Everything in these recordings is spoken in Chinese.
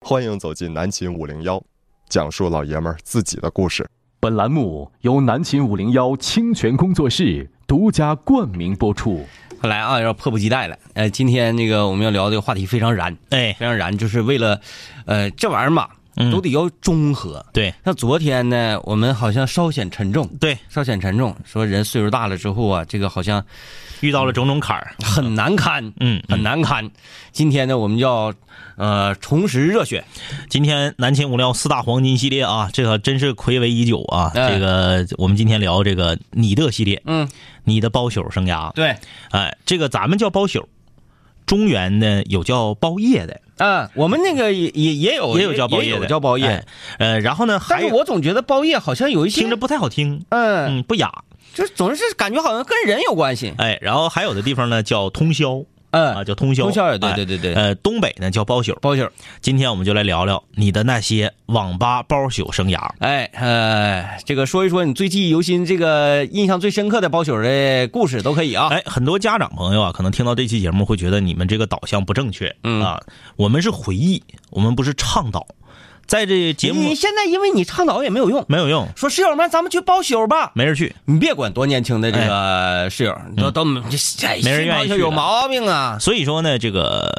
欢迎走进南秦五零幺，讲述老爷们儿自己的故事。本栏目由南秦五零幺清泉工作室独家冠名播出。看来啊，要迫不及待了。呃，今天那个我们要聊这个话题非常燃，哎，非常燃，就是为了，呃，这玩意儿嘛，嗯都得要中和。对像昨天呢，我们好像稍显沉重，对，稍显沉重，说人岁数大了之后啊，这个好像遇到了种种坎儿，很难堪，嗯，很难堪。今天呢，我们要呃重拾热血，今天南秦五料四大黄金系列啊，这个真是暌违已久啊。哎这个我们今天聊这个你的系列，嗯，你的包宿生涯，对，哎，这个咱们叫包宿，中原呢有叫包夜的，啊，我们那个也也也有也有叫包夜哦也的，有叫包夜，哎呃，然后呢但还是有我总觉得包夜好像有一些听着，不太好听，嗯，嗯，不雅，就总是感觉好像跟人有关系，哎，然后还有的地方呢叫通宵啊，嗯，叫通宵，通宵也对哎对对对，呃，东北呢叫包宿，包宿。今天我们就来聊聊你的那些网吧包宿生涯。哎，呃，这个说一说你最记忆犹新、这个印象最深刻的包宿的故事都可以啊。哎，很多家长朋友啊，可能听到这期节目会觉得你们这个导向不正确、嗯啊。我们是回忆，我们不是倡导，在这节你目你哎现在因为你倡导也没有用，没有用，说室友们咱们去包宿吧，没人去。你别管多年轻的这哎个室友，都都嗯这哎没人愿新意包宿去有了毛病啊。所以说呢，这个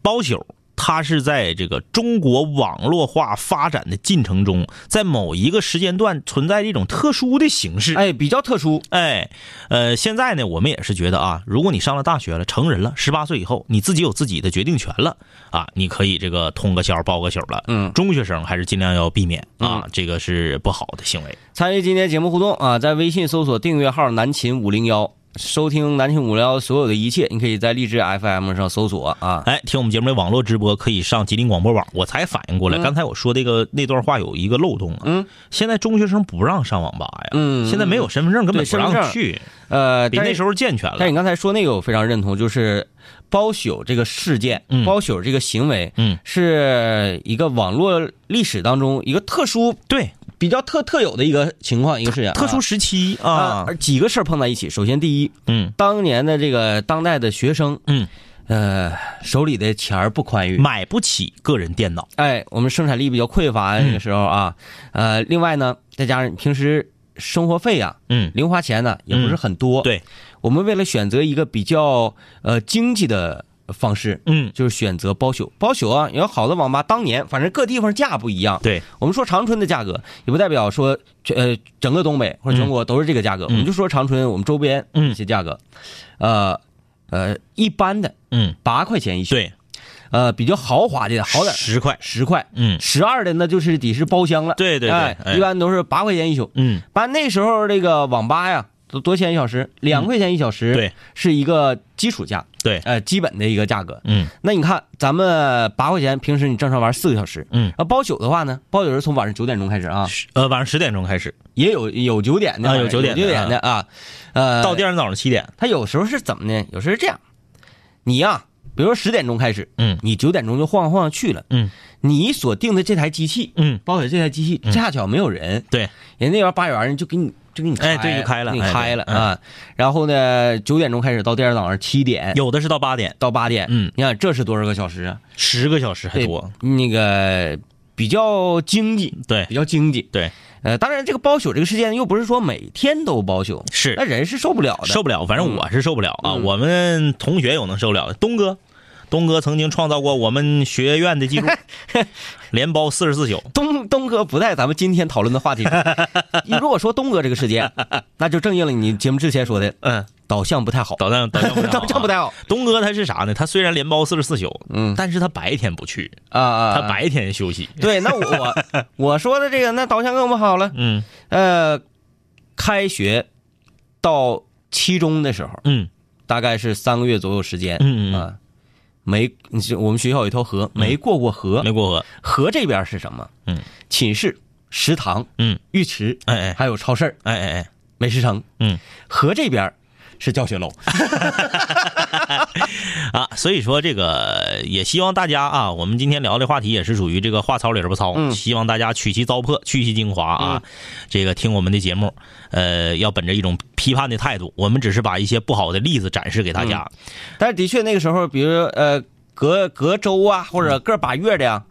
包宿。它是在这个中国网络化发展的进程中，在某一个时间段存在一种特殊的形式。哎，比较特殊，哎，呃，现在呢，我们也是觉得啊，如果你上了大学了，成人了，十八岁以后，你自己有自己的决定权了啊，你可以这个通个宵包个宿了。嗯中学生还是尽量要避免啊，嗯这个是不好的行为。参与今天节目互动啊，在微信搜索订阅号“南秦五零幺”，收听南秦五零幺所有的一切。你可以在荔枝 FM 上搜索啊。哎，听我们节目的网络直播可以上吉林广播网。我才反应过来，刚才我说这个那段话有一个漏洞啊。嗯，现在中学生不让上网吧呀，嗯现在没有身份证根对本不身份证让去，呃，比但那是时候健全了但。你刚才说那个我非常认同，就是包宿这个事件，嗯包宿这个行为，嗯，是一个网络历史当中一个特殊、对，比较特特有的一个情况，一个事件啊，特殊时期啊啊，，而几个事儿碰在一起。首先，第一，嗯，当年的这个当代的学生，嗯，呃，手里的钱儿不宽裕，买不起个人电脑。哎，我们生产力比较匮乏嗯那个时候啊，呃，另外呢，再加上你平时生活费呀、嗯，零花钱呢也不是很多，对，我们为了选择一个比较呃经济的方式，嗯，就是选择包宿。包宿啊，有好的网吧，当年反正各地方价不一样。对，我们说长春的价格，也不代表说全呃整个东北或者全国都是这个价格。我们就说长春，我们周边嗯一些价格，呃呃，一般的嗯，八块钱一宿，对，呃，比较豪华的好点十块，十块，嗯十二的那就是得是包厢了。对对对哎哎一般都是八块钱一宿。嗯，把那时候这个网吧呀，都多钱一小时？两块钱一小时，嗯对，是一个基础价，对，呃，基本的一个价格。嗯那你看，咱们八块钱，平时你正常玩四个小时，嗯，啊，包宿的话呢，包宿是从晚上九点钟开始啊，十呃，晚上十点钟开始，也有有九点的啊有有9点的九点的啊，呃，到第二天早上七点，他有时候是怎么呢？有时候是这样，你呀、比如说十点钟开始，嗯你九点钟就晃晃去了，嗯，你所定的这台机器，嗯，包宿这台机器恰巧没有人，对，人那边八元人就给你就给你哎开对就开了给你哎对开了嗯啊。然后呢，九点钟开始到第二天早上七点有的是到八点，到八点，嗯，你看这是多少个小时啊？十个小时还对多，，那个比较经济，对比较经济。对，呃，当然这个包宿这个事件又不是说每天都包宿，是那人是受不了哎的，受不了，反正我是受不了啊。嗯我们同学有能受不了的，东哥，东哥曾经创造过我们学院的 记录，连包四十四宿，东东哥不在咱们今天讨论的话题 中。你如果说东哥这个事件，那就正应了你节目之前说的嗯，导向不太好，导弹导弹 导向不太好。啊东哥他是啥呢？他虽然连包四十四宿，嗯但是他白天不去，啊啊，他白天休息。对，那我 我我说的这个，那导向更不好了。嗯呃，开学到期中的时候，嗯大概是三个月左右时间，嗯嗯嗯啊，没，你是我们学校有一条河，没过过河，没过河。河这边是什么？嗯，寝室、食堂、嗯，浴池，哎哎还有超市儿、哎哎哎，美食城，嗯。河这边是教学楼，啊，所以说这个也希望大家啊，我们今天聊的话题也是属于这个话糙理儿不糙，希望大家取其糟粕，去其精华啊。这个听我们的节目，呃，要本着一种批判的态度，我们只是把一些不好的例子展示给大家。但是的确那个时候，比如呃隔隔周啊，或者个把月的呀、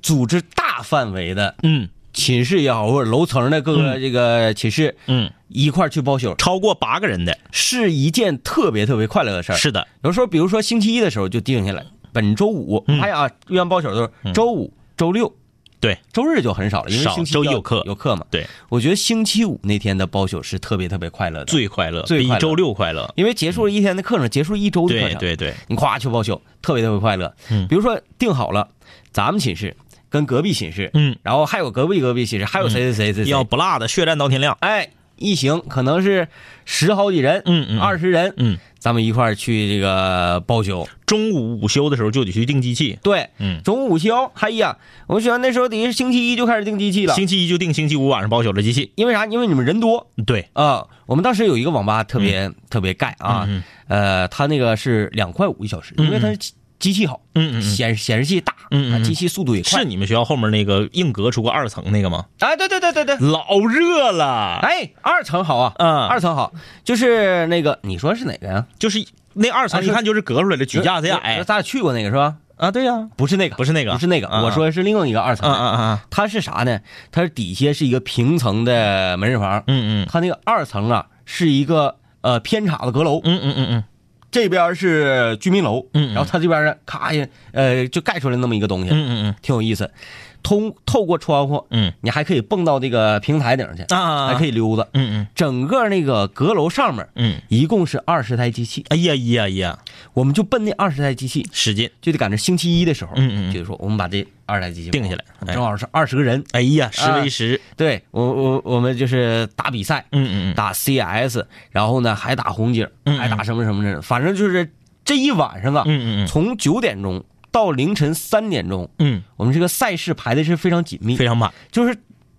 组织大范围的嗯寝室也好，或者楼层的各个这个寝室嗯，一块儿去包宿，超过八个人的，是一件特别特别快乐的事儿。是的，有时候，比如说星期一的时候就定下来，本周五，嗯哎呀，一般包宿都是周五、周六，对，周日就很少了，因为少星期周一要有课有课嘛。对，我觉得星期五那天的包宿是特别特别快乐的，最快乐，最比快乐周六快乐。因为结束了一天的课程，结束了一周的课对程，对对，你咵去包宿，特别特别快乐。嗯比如说定好了，咱们寝室跟隔壁寝室，嗯，然后还有隔壁隔壁寝室，还有谁谁谁谁谁，要不落的，血战到天亮。哎一行可能是十好几人，嗯嗯，二十人，嗯，咱们一块儿去这个包宿。中午午休的时候就得去订机器。对，嗯，中午午休，哎呀，我喜欢那时候得是星期一就开始订机器了，星期一就订星期五晚上包宿的机器。因为啥？因为你们人多对，啊、我们当时有一个网吧特别、特别盖啊，嗯呃，它那个是两块五一小时，嗯因为它是机机器好，嗯嗯嗯，显显示器大，嗯嗯啊嗯机器速度也快是。你们学校后面那个硬隔出个二层那个吗？哎，对对对对对，老热了，哎，二层好啊，嗯，二层好，就是那个你说是哪个呀？就是那二层一看就是隔出来的，举架子也有有矮咱俩去过那个是吧？啊。对呀，不是那个，不是那个，不是那个，啊我，说是另一个二啊啊层，啊啊，它是啥呢？它是底下是一个平层的门市房，嗯嗯它那个二层啊是一个呃偏岔的阁楼，嗯嗯嗯嗯这边是居民楼，嗯嗯然后它这边呢，咔一呃就盖出来那么一个东西，嗯嗯挺有意思。通透过窗户，嗯你还可以蹦到这个平台顶去，嗯啊，还可以，以溜达。嗯嗯整个那个阁楼上面嗯，一共是二十台机器，哎呀呀呀，我们就奔那二十台机器，使劲，就得赶着星期一的时候，嗯嗯就是说我们把这二十台机器定下来我们哎正好是二十个人。哎呀，十啊为十，对我我我们就是打比赛，嗯嗯打 CS，然后呢还打红警，嗯嗯还打什么什么的，反正就是这一晚上啊，嗯嗯从九点钟到凌晨三点钟，嗯我们这个赛事排的是非常紧密嗯，，非常满，就是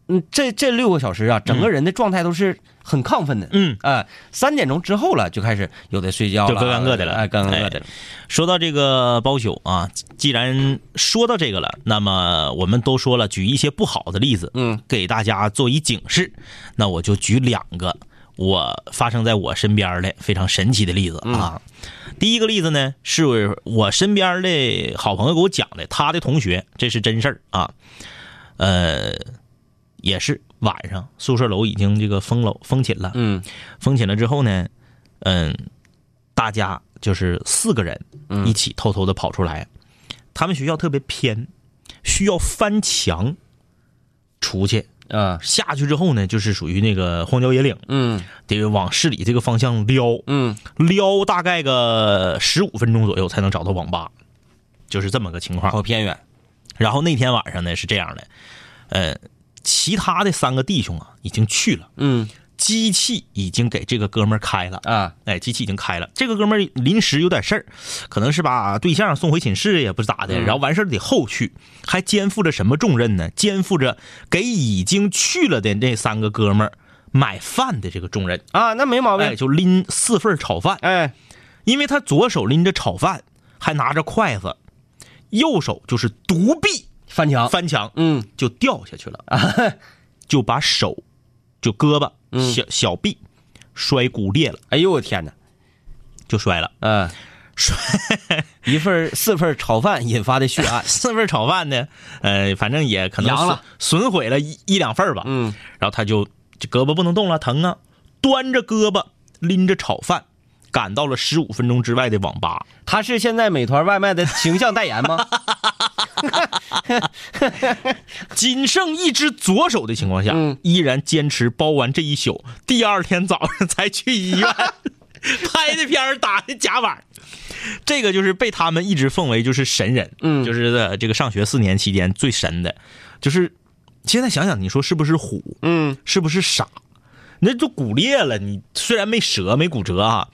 嗯，这这六个小时啊，整个人的状态都是很亢奋的。嗯。哎，三点钟之后了，就开始有的睡觉了，就各干各的了哎，各干各的了。说到这个包宿啊，既然说到这个了，那么我们都说了，举一些不好的例子，嗯，给大家做一警示。那我就举两个我发生在我身边的非常神奇的例子嗯啊。第一个例子呢，是我身边的好朋友给我讲的，他的同学，这是真事儿啊。呃，也是晚上宿舍楼已经这个封楼封寝了，嗯封寝了之后呢，嗯，大家就是四个人嗯一起偷偷的跑出来。他们学校特别偏，需要翻墙出去。啊下去之后呢，就是属于那个荒郊野岭，嗯得往市里这个方向撩，嗯撩大概个十五分钟左右才能找到网吧，就是这么个情况。好偏远。然后那天晚上呢是这样的，呃，其他的三个弟兄啊已经去了，嗯机器已经给这个哥们儿开了。啊哎，机器已经开了。这个哥们儿临时有点事儿，可能是把对象送回寝室也不是咋的，然后完事儿得后续，还肩负着什么重任呢？肩负着给已经去了的那三个哥们儿买饭的这个重任。啊，那没毛哎，病。就拎四份炒饭，哎，因为他左手拎着炒饭，还拿着筷子，右手就是独臂翻墙。翻墙，嗯就掉下去了，就把手，就胳膊、小小臂摔骨裂了，哎呦我天哪！就摔了。 嗯，摔一份儿四份儿炒饭引发的血 案。四份炒饭呢，呃，反正也可能凉损了损毁了一一两份儿吧。嗯然后他就这胳膊不能动了，疼啊，端着胳膊拎着炒饭，赶到了十五分钟之外的网吧。他是现在美团外卖的形象代言吗？ 仅剩一只左手的情况下，嗯依然坚持包完这一宿，第二天早上才去医 院拍的片儿打的夹板儿。这个就是被他们一直奉为就是神人，嗯就是呃这个上学四年期间最神的，就是现在想想，你说是不是虎？嗯，是不是傻？那就骨裂了，你虽然没折没骨折啊，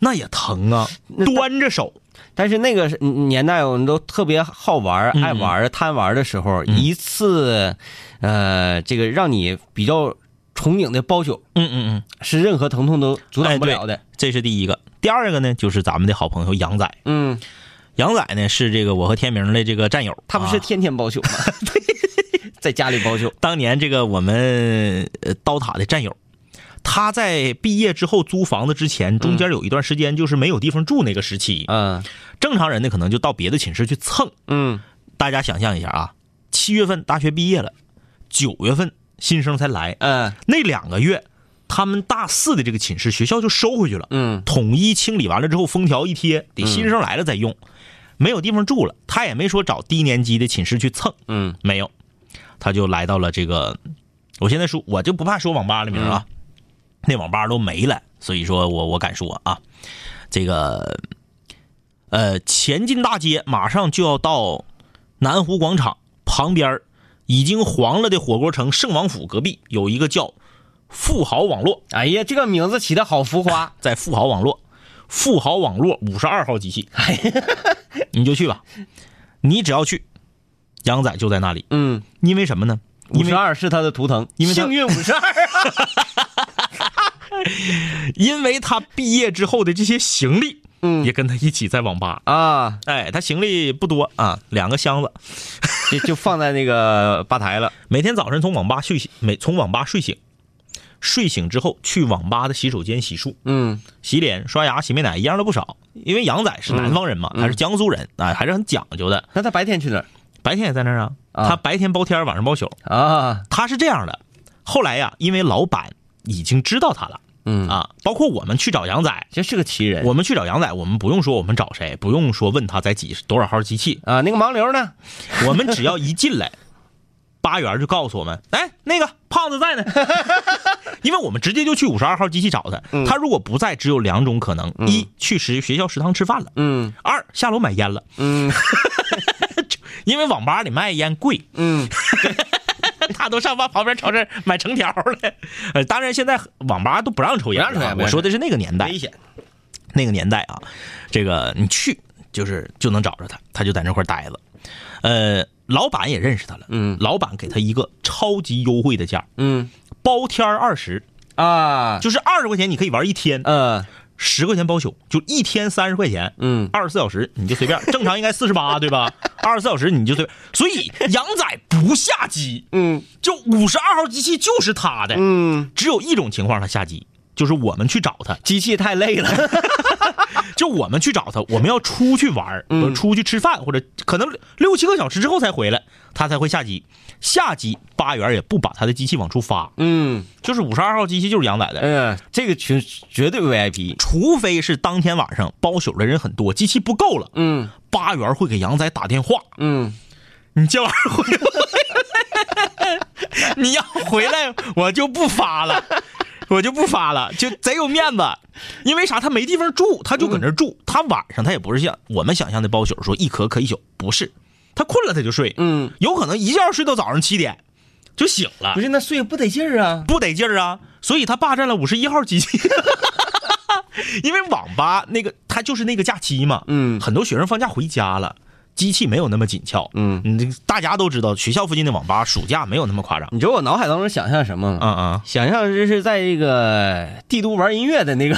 那也疼啊，端着手，但是那个是年代我们都特别好玩儿、嗯爱玩儿、贪玩儿的时候，一次，呃，这个让你比较憧憬的包宿，嗯嗯嗯，是任何疼痛都阻挡不了的。这是第一个。第二个呢，就是咱们的好朋友杨仔，嗯，杨仔呢是这个我和天明的这个战友，他不是啊天天包宿 吗？在家里包宿。当年这个我们呃刀塔的战友。他在毕业之后租房子之前，中间有一段时间就是没有地方住那个时期， 嗯正常人呢可能就到别的寝室去蹭。嗯大家想象一下啊，七月份大学毕业了，九月份新生才来，嗯那两个月，他们大四的这个寝室学校就收回去了，嗯统一清理完了之后，封条一贴，得新生来了再用，没有地方住了，他也没说找低年级的寝室去蹭，嗯没有，他就来到了这个，我现在说我就不怕说网吧的名儿啊，那网吧都没了，所以说我我敢说啊，这个，呃，前进大街马上就要到南湖广场旁边儿已经黄了的火锅城圣王府隔壁有一个叫富豪网络，哎呀，这个名字起的好浮夸，在富豪网络，富豪网络五十二号机器，你就去吧，你只要去，杨仔就在那里，嗯，因为什么呢？五因为十二是他的图腾，因为他幸运五十二，因为他毕业之后的这些行李，嗯也跟他一起在网吧。 啊，哎，他行李不多啊，两个箱子。就就放在那个吧台了，每天早晨从网吧睡醒，每从网吧睡醒，睡醒之后去网吧的洗手间洗漱、嗯洗脸、刷牙、洗面奶，一样都不少。因为杨仔是南方人嘛，嗯他是江苏人啊，还是很讲究的。那他白天去哪儿白天也在那儿啊，啊他白天包天，晚上包宿。啊？他是这样的，后来呀，因为老板已经知道他了嗯，啊，包括我们去找杨仔，这是个奇人。我们去找杨仔，我们不用说我们找谁，不用说问他在几 多少号机器，啊，那个盲流呢？我们只要一进来，八元就告诉我们，哎，那个胖子在呢， 因为我们直接就去五十二号机器找他。嗯他如果不在，只有两种可能：一去食学校食堂吃饭了；嗯二下楼买烟了， 嗯因为网吧里卖烟贵，嗯， 他都上吧旁边超市买成条了。呃，当然现在网吧都不让抽烟了啊，不让抽烟不让抽烟我说的是那个年代，危险。那个年代啊，这个你去就是就能找着他，他就在那块儿待着。呃，老板也认识他了，嗯老板给他一个超级优惠的价，嗯包天二十，啊，就是二十块钱你可以玩一天，嗯十块钱包宿，就一天三十块钱。嗯，二十四小时你就随便，正常应该四十八对吧？二十四小时你就随便，所以杨仔不下机，嗯就五十二号机器就是他的，嗯，只有一种情况他下机，就是我们去找他，机器太累了。就我们去找他，我们要出去玩儿，嗯比如出去吃饭，或者可能六七个小时之后才回来，他才会下机。下机八元也不把他的机器往出发， 嗯就是五十二号机器就是杨仔的，嗯，这个群绝对 VIP。除非是当天晚上包宿的人很多，机器不够了，嗯八元会给杨仔打电话，嗯， 你今晚回不回来？你要回来我就不发了。我就不发了，就贼有面子，因为啥？他没地方住，他就搁那儿住。他晚上他也不是像我们想象的包宿，说一咳咳一宿，不是，他困了他就睡，嗯，有可能一觉睡到早上七点就醒了不，是那睡不得劲儿啊。不得劲儿啊，所以他霸占了五十一号机器， 因为网吧那个他就是那个假期嘛，嗯很多学生放假回家了，机器没有那么紧俏，嗯，你这大家都知道，学校附近的网吧暑假没有那么夸张，你知道我脑海当中想象什么吗？嗯嗯，想象这是在这个帝都玩音乐的那个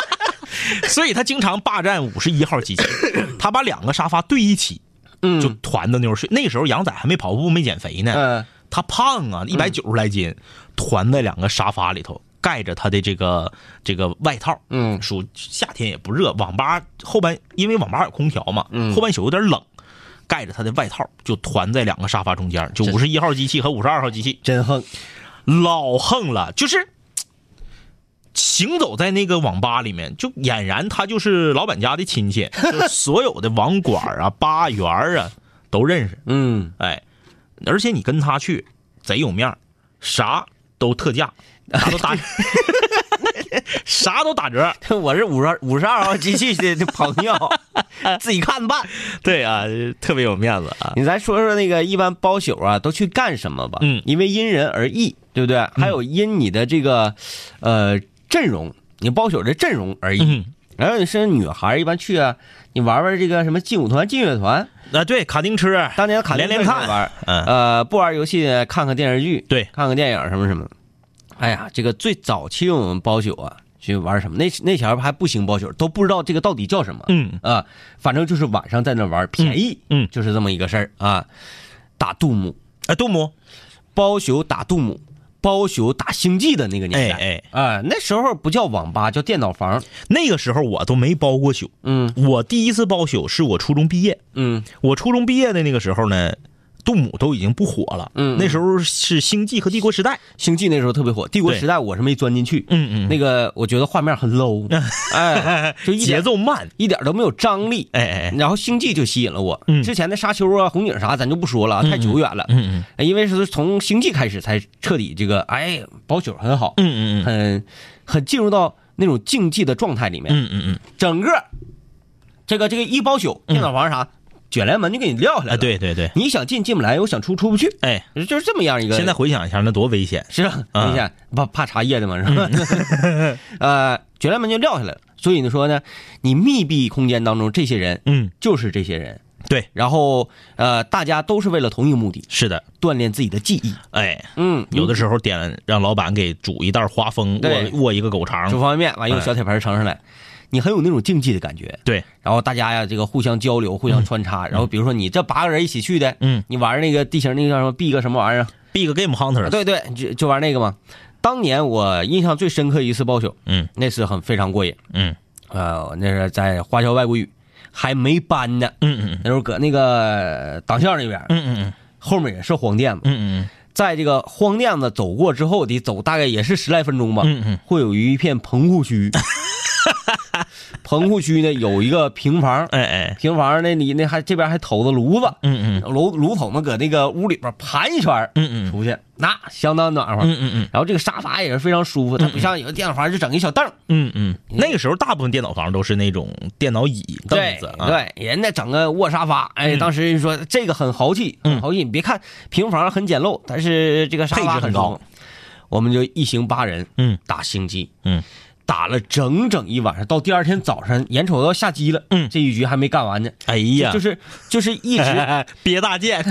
所以他经常霸占五十一号 机器，他把两个沙发对一起，嗯就团到那儿睡。那个时候杨仔还没跑步，没减肥呢，嗯他胖啊，一百九十来斤，团在两个沙发里头，盖着他的这个这个外套。嗯暑夏天也不热，网吧后半因为网吧有空调嘛，嗯后半宿有点冷，盖着他的外套就团在两个沙发中间，就这五十一号机器和五十二号机器，真横。老横了，就是行走在那个网吧里面，就俨然他就是老板家的 亲戚，就是所有的网管啊、吧员啊都认识。嗯，哎，而且你跟他去贼有面儿，啥都特价，啥都打， 啥都打折。 我是五十五十二号机器的朋友，自己看办。 对啊，特别有面子啊。 你咱说说那个一般包宿啊都去干什么吧？嗯因为因人而异，对不对？还有因你的这个呃阵容，你包宿的阵容而异。嗯，然后你是女孩儿一般去啊，你玩玩这个什么劲舞团、劲乐团，啊，对，卡丁车，当年卡丁车连连看也玩，嗯呃，不玩游戏看看电视剧，对看看电影什么什么。哎呀，这个最早期我们包宿啊，去玩什么？那那前儿还不兴包宿，都不知道这个到底叫什么。嗯啊，反正就是晚上在那玩，便宜，嗯嗯就是这么一个事儿啊。打杜牧，啊，杜牧，包宿打杜牧，包宿打星际的那个年代，哎啊，那时候不叫网吧，叫电脑房。那个时候我都没包过宿，嗯我第一次包宿是我初中毕业，嗯我初中毕业的那个时候呢，杜母都已经不火了，嗯嗯那时候是星际和帝国时代，星际那时候特别火，帝国对时代我是没钻进去，嗯嗯那个我觉得画面很 low，哎，就一节点奏慢，一点都没有张力。哎哎哎，然后星际就吸引了我，嗯之前的沙丘啊、红警啥咱就不说了啊，太久远了，哎嗯因为是从星际开始才彻底这个，哎，保宿很好，嗯嗯嗯很很进入到那种竞技的状态里面，嗯嗯嗯整个这个这个一包宿电脑房啥，卷帘门就给你撂下来啊，了，，对对对，你想进进不来，我想出出不去，哎，就是这么样一个。现在回想一下，那多危险，是啊，啊你想怕怕茶叶的嘛，是吧？ 呃，卷帘门就撂下来了。所以呢说呢，你密闭空间当中这些人嗯，就是这些人，对，然后呃，大家都是为了同一个目的，是的，锻炼自己的技艺。哎，嗯，有的时候点让老板给煮一袋花蜂，对握握一个狗煮肠，嗯方便面，完用小铁盆盛上来，你很有那种竞技的感觉。对，然后大家呀，这个互相交流，互相穿插。然后比如说你这八个人一起去的，嗯，你玩那个地形那个叫什么 B 个什么玩意儿啊？ Big Game Hunter，对对，就就玩那个嘛。当年我印象最深刻一次包宿，嗯那次很非常过瘾。嗯呃，那是在花桥外国语，还没搬呢。嗯嗯那时候搁那个党校那边，嗯嗯后面也是荒甸子，嗯嗯在这个荒甸子走过之后，得走大概也是十来分钟吧，嗯嗯，会有一片棚户 区。棚户区呢有一个平房，哎哎，平房那里那还这边还投的炉子，嗯嗯炉炉筒子搁那个屋里边盘一圈儿嗯嗯出去，那相当暖和。嗯嗯嗯。然后这个沙发也是非常舒服，它不像有的电脑房就整一小凳儿，嗯，嗯，那个时候大部分电脑房都是那种电脑椅、凳子啊，嗯对，对，人家整个卧沙发，哎，当时人说这个很豪气，很豪气。你别看平房很简陋，但是这个沙发配置很舒服高。我们就一行八人，嗯，打星际，嗯，打了整整一晚上，到第二天早上，眼瞅着要下机了，嗯这一局还没干完呢，哎呀，就是就是一直 憋大剑，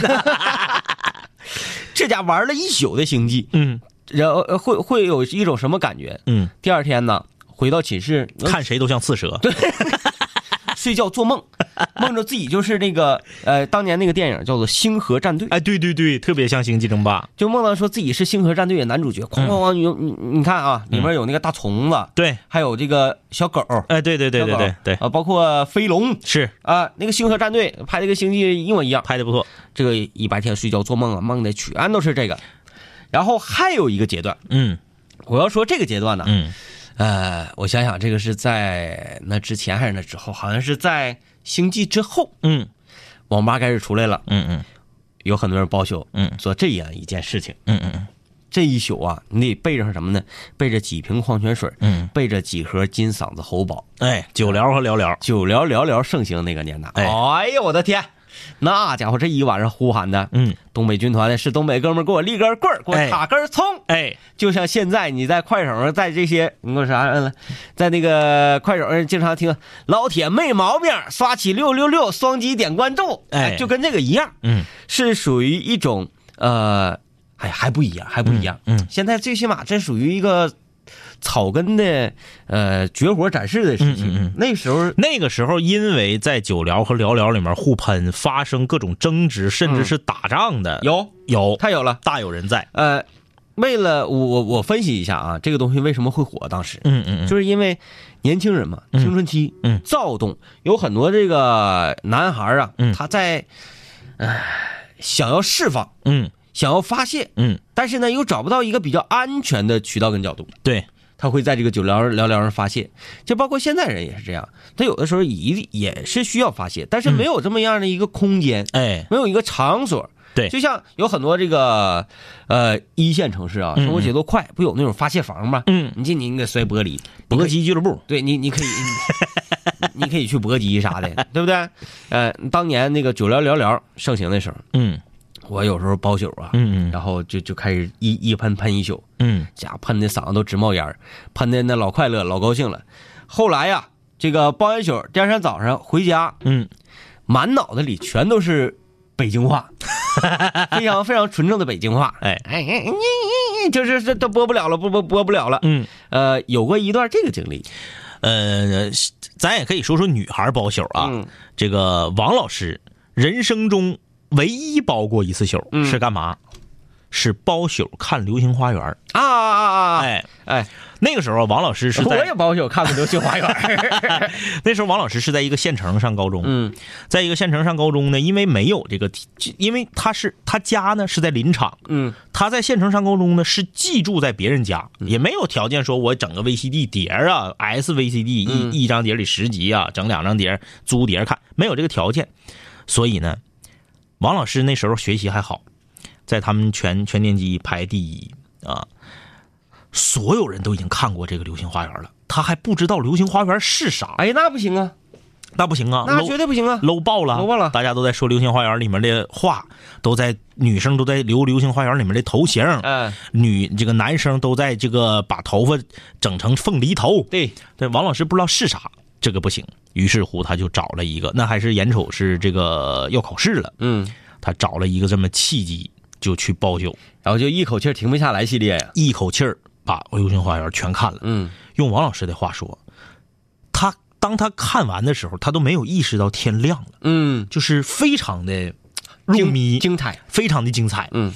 这家玩了一宿的星际，嗯然后呃会会有一种什么感觉？ 嗯，第二天呢，回到寝室呃看谁都像刺蛇，睡觉做 梦，梦着自己就是那个呃，当年那个电影叫做《星河战队》。哎，对对对，特别像星际争霸，就梦到说自己是星河战队的男主角，哐嗯哐哐，你你你看啊，里面有那个大虫子，对，还有这个小狗，哎，对对对对对对，啊，包括飞龙是啊，那个星河战队拍这个星际一模一样。拍的不错，这个一白天睡觉做梦啊，梦的全都是这个。然后还有一个阶段，嗯我要说这个阶段呢，嗯呃，我想想，这个是在那之前还是那之后，好像是在星际之后，嗯网吧开始出来了，嗯嗯有很多人包宿，嗯做这样一件事情。嗯嗯这一宿啊，你得备上什么呢？备着几瓶矿泉水，嗯，备着几盒金嗓子喉宝，哎，九聊和聊聊，九聊聊聊盛行那个年代。哎哎呀，我的天，那家伙这一晚上呼喊的，嗯，东北军团的是东北哥们儿给我立根棍儿，给我哎卡根葱，哎，就像现在你在快手上，在这些你给我啥摁了，在那个快手上经常听老铁没毛病，刷起六六六，双击点关注，哎就跟这个一样，嗯是属于一种呃，哎还不一样，还不一样，嗯现在最起码这属于一个草根的呃绝活展示的时期。嗯嗯嗯那时候那个时候，因为在九聊和聊聊里面互喷，发生各种争执，甚至是打仗的，有嗯有太有了，大有人在，呃，为了我我我分析一下啊，这个东西为什么会火？当时嗯嗯嗯，就是因为年轻人嘛，青春期，嗯躁动，有很多这个男孩啊，嗯他在，唉，想要释放，嗯想要发泄，嗯，但是呢，又找不到一个比较安全的渠道跟角度。对，他会在这个酒聊聊聊上发泄，就包括现在人也是这样，他有的时候也也是需要发泄，但是没有这么样的一个空间，哎，没有一个场所。对就像有很多这个呃一线城市啊，嗯生活节奏快，不有那种发泄房吗？嗯，你进去你给摔玻璃，搏击俱乐部，对你你可以。你 你可以去搏击啥 的，对不对？呃，当年那个九聊聊聊盛行的时候，嗯我有时候包宿啊，嗯然后就就开始一一喷喷一宿，嗯家喷的嗓子都直冒烟儿喷的那老快乐、老高兴了。后来呀，这个包完宿，第二天早上回家，嗯满脑子里全都是北京 话，非常非常纯正的北京话。哎哎哎哎哎，就是这都播不了了，播播播不了了。嗯，呃，有过一段这个经历，呃，咱也可以说说女孩包宿啊。嗯这个王老师人生中唯一包过一次宿、是干嘛？是包宿看《流星花园》。啊啊啊！哎，哎，那个时候王老师是我在也包宿看过《流星花园》 那时候王老师是在一个县城上高中，嗯，在一个县城上高中呢，因为没有这个，因为他是他家呢是在林场，嗯，他在县城上高中呢是寄住在别人家，也没有条件说我整个 VCD 碟儿啊，SVCD 一、嗯一张碟里十集啊，整两张碟儿租碟儿看，没有这个条件，所以呢，王老师那时候学习还好，在他们全全年级排第一啊，所有人都已经看过这个《流星花园》了。他还不知道《流星花园》是啥，哎，那不行啊，那不行啊，那 low- 绝对不行啊！搂爆了，搂爆了大家都在说《流星花园》里面的话，都在女生都在留《流星花园》里面的头型，嗯，女这个男生都在这个把头发整成凤梨头。对，对，王老师不知道是啥，这个不行。于是乎，他就找了一个，那还是眼瞅是这个要考试了，嗯，他找了一个这么契机，就去包宿，然后就一口气儿停不下来系列呀，一口气儿把《流星花园》全看了。嗯，用王老师的话说，他当他看完的时候，他都没有意识到天亮了，嗯，就是非常的入精迷，精彩，非常的精彩。嗯，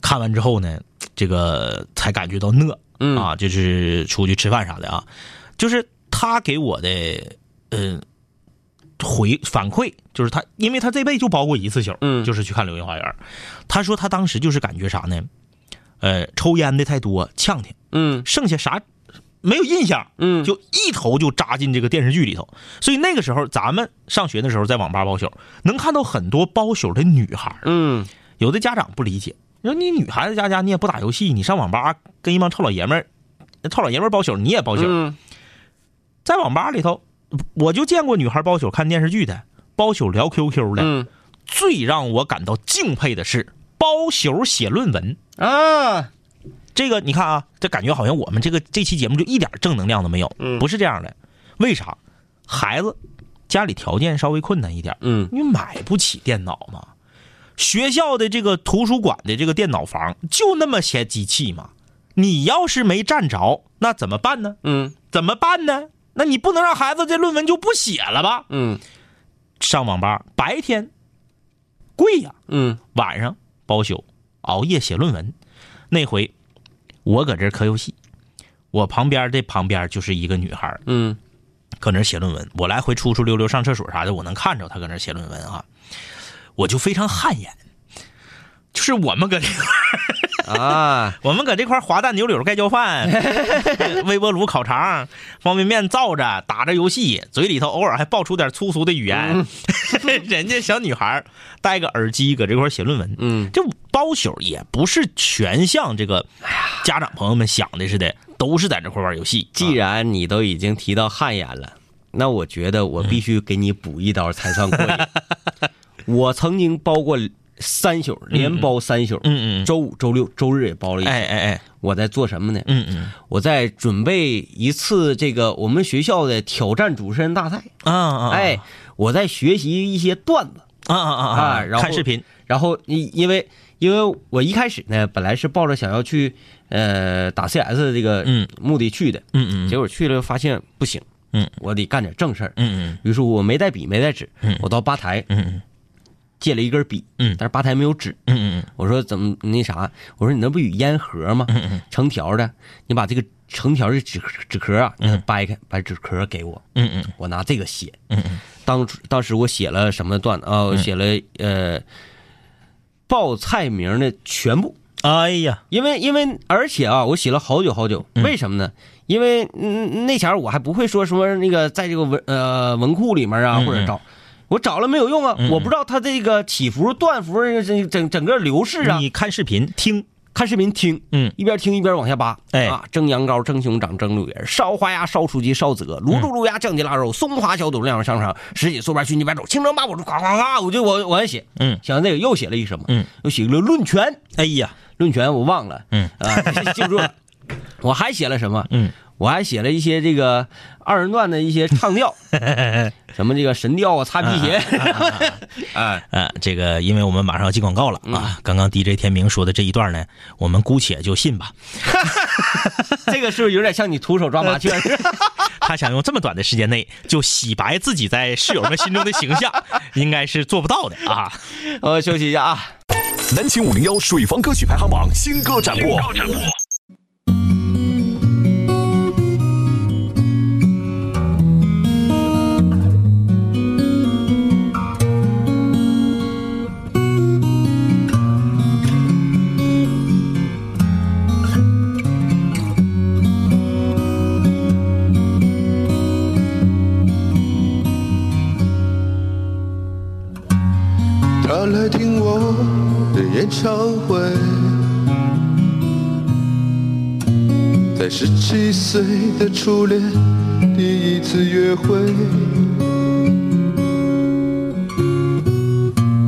看完之后呢，这个才感觉到讷，嗯啊，就是出去吃饭啥的啊，就是他给我的呃回反馈，就是他，因为他这辈子就包过一次宿，嗯就是去看《流星花园》，他说他当时就是感觉啥呢？呃，抽烟的太多，呛挺，嗯剩下啥没有印象，嗯，就一头就扎进这个电视剧里头。所以那个时候，咱们上学的时候在网吧包宿，能看到很多包宿的女孩儿，嗯，有的家长不理解，你说你女孩子家家你也不打游戏，你上网吧跟一帮臭老爷们儿、臭老爷们儿包宿，你也包宿。嗯在网吧里头，我就见过女孩包宿看电视剧的，包宿聊 QQ 的。嗯最让我感到敬佩的是包宿写论文。啊，这个你看啊，这感觉好像我们这个这期节目就一点正能量都没有，嗯不是这样的。为啥？孩子家里条件稍微困难一点，嗯你买不起电脑嘛。学校的这个图书馆的这个电脑房就那么些机器嘛，你要是没占着，那怎么办呢？嗯怎么办呢？那你不能让孩子这论文就不写了吧？嗯上网吧白天贵呀、嗯晚上包宿，熬夜写论文。那回我搁这儿磕游戏，我旁边这旁边就是一个女孩儿嗯搁那儿写论文，我来回出出溜溜上厕所啥的，我能看着她搁那儿写论文啊，我就非常汗颜。就是我们搁这，啊，我们搁这块儿滑蛋牛柳盖浇饭，微波炉烤肠，方便面造着，打着游戏，嘴里头偶尔还爆出点粗俗的语言。 人家小女孩儿戴个耳机搁这块儿写论文，嗯这包宿也不是全像这个家长朋友们想的似的，都是在这块玩游戏。既哎啊然你都已经提到汗颜了，那我觉得我必须给你补一刀才算过瘾。 我曾经包过三宿，连包三宿，嗯嗯周五、周六、周日也包了一嗯，宿。哎哎哎，我在做什么呢？嗯嗯我在准备一次这个我们学校的挑战主持人大赛。啊啊，啊哎，我在学习一些段子，啊啊啊啊然后看视频，然后因因为因为我一开始呢，本来是抱着想要去呃打 CS 的这个嗯目的去的，嗯嗯结果去了发现不行，嗯，我得干点正事儿。嗯于是乎我没带笔，没带纸，我到吧台嗯嗯借了一根笔，嗯但是吧台没有纸，嗯嗯我说怎么那啥？我说你那不有烟盒吗？嗯成条的，你把这个成条的纸纸壳啊，你掰开，把纸壳给我，嗯嗯嗯我拿这个写。嗯嗯当初当时我写了什么段子啊？我写了呃报菜名的全部，哎呀，因为因为而且啊，我写了好久好久，嗯为什么呢？因为嗯那前儿我还不会说什么那个在这个文呃文库里面啊，嗯或者找我找了没有用啊，我不知道它这个起伏断幅这这整整个流逝啊。你看视频听，看视频听，嗯一边听一边往下扒，哎啊，蒸羊羔、蒸熊掌、蒸鹿尾儿、烧花鸭、烧雏鸡、烧子鹅、嗯卤猪、卤鸭、酱鸡、腊肉、松花小肚、晾肉香肠、什锦素白、熏鸡白肘、清蒸八宝猪，夸夸夸，我就我我还写，嗯，写完这个又写了一什么，嗯，又写了论拳，哎呀，论拳我忘了，嗯啊， 记不住了，我还写了什么，嗯，我还写了一些这个二人转的一些唱 调，什么这个神调啊、擦皮鞋， 哎，呃，这个因为我们马上要进广告了嗯啊，刚刚 DJ 天明说的这一段呢，我们姑且就信吧。 这个是不是有点像你徒手抓麻 雀？他想用这么短的时间内就洗白自 己在室友们心中的形象，应该是做不到的啊。呃，休息一下啊。南秦五零幺水房歌曲排行榜新歌展播。他来听我的演唱会，在十七岁的初恋，第一次约会。